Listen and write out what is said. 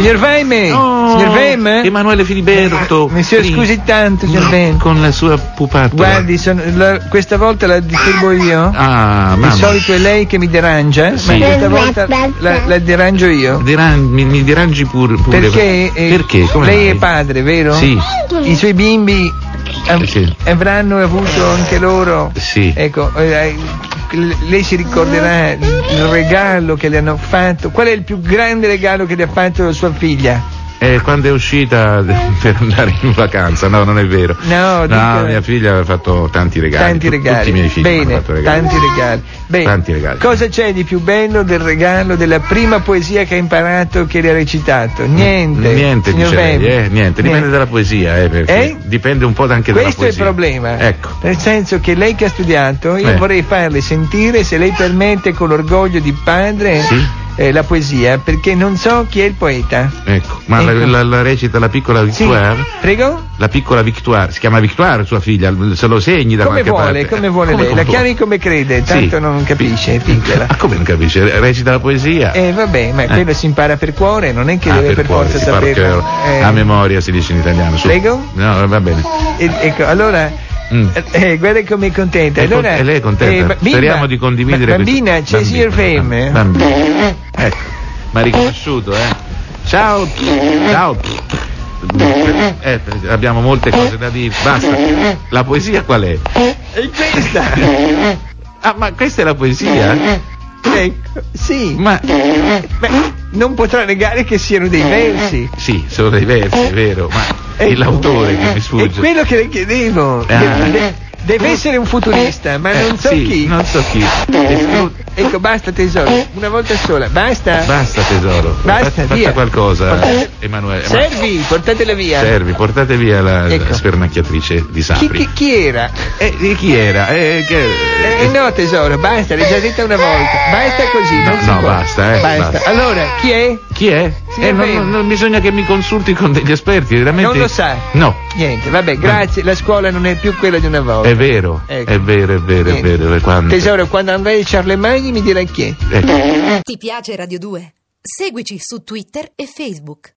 Signor Veime, Oh, signor Veime, Emanuele Filiberto. mi si Sì. scusi tanto, signor Veime. Con la sua pupata. Guardi, sono- la- questa volta la disturbo io. Ah, Di mamma. solito è lei che mi derangia, ma questa volta la, la derangio io. Diran- mi, mi dirangi pure. pure. Perché, eh, Perché? Come lei mai? è padre, vero? Sì. I suoi bimbi av- Sì. avranno avuto anche loro. Sì. Ecco, eh, eh, lei si ricorderà il regalo che le hanno fatto. Qual è il più grande regalo che le ha fatto sua figlia? Eh, quando è uscita per andare in vacanza, no, non è vero. No, dica- mia figlia ha fatto tanti regali. Tanti Tut- regali. Tutti i miei figli Bene, hanno fatto regali. tanti regali. Bene, Tanti regali. Cosa c'è di più bello del regalo della prima poesia che ha imparato che le ha recitato? Niente. Mm, Niente, signor dice lei, Verdi. eh, niente, dipende dalla poesia, eh, perché Eh? dipende un po' anche dalla Questo è il poesia. problema. Ecco. Nel senso che lei che ha studiato, io Eh. vorrei farle sentire, se lei permette, con l'orgoglio di padre, Sì. eh, la poesia, perché non so chi è il poeta. Ecco, ma la- Ecco. La, la recita la piccola Sì. Victoire? Prego? La piccola Victoire, si chiama Victoire sua figlia, se lo segni da Come qualche vuole, parte. come vuole lei, la vuole. chiami come crede, Sì. tanto non capisce, è piccola. Ah, come non capisce? Re- Recita la poesia. Eh vabbè, ma quello si impara per cuore, non è che deve per, Ah, cuore, forza si parla saperlo. che- Eh, A memoria si dice in italiano. su. Prego? No, va bene. e- ecco, allora, Mm. eh, eh, guarda come è contenta. È con- allora, e lei è contenta? eh, bambina- Speriamo di condividere ba- Bambina, questo- c'è il signor Femme. Eh. Bambina. Ecco, ma riconosciuto, eh. Ciao. Ciao. Eh, abbiamo molte cose da dire. Basta. La poesia qual è? E questa! Ah, ma questa è la poesia? ecco, sì. Ma Beh, non potrà negare che siano dei versi. sì, sono dei versi, è vero, ma è Ecco. l'autore che mi È sfugge. quello che le chiedevo. Ah. De- de- deve essere un futurista, ma Eh, non so sì, chi. Non so chi. È scru- Ecco, basta tesoro, una volta sola, basta. Basta tesoro. Basta, Faccia- via. faccia qualcosa, Portate- Emanuele. Ma- Servi, portatela via. Servi, portate via la la Ecco. spernacchiatrice di Chi, Sapri. chi- chi era? Eh, di chi era? Eh, che- Eh, no tesoro, basta, l'hai già detta una volta. Basta così, non No, si no, può. basta, eh, basta. Allora, chi è? Chi è? Signor Eh, non- Ferri. non- non bisogna che mi consulti con degli esperti, veramente. Non lo sa. No, Niente, vabbè, grazie, la scuola non è più quella di una volta. è vero, Ecco. è vero, è vero, è Niente. vero. Quando... Tesoro, quando andrai a Charlemagne mi dirai chi è. Ecco. Ti piace Radio 2? Seguici su Twitter e Facebook.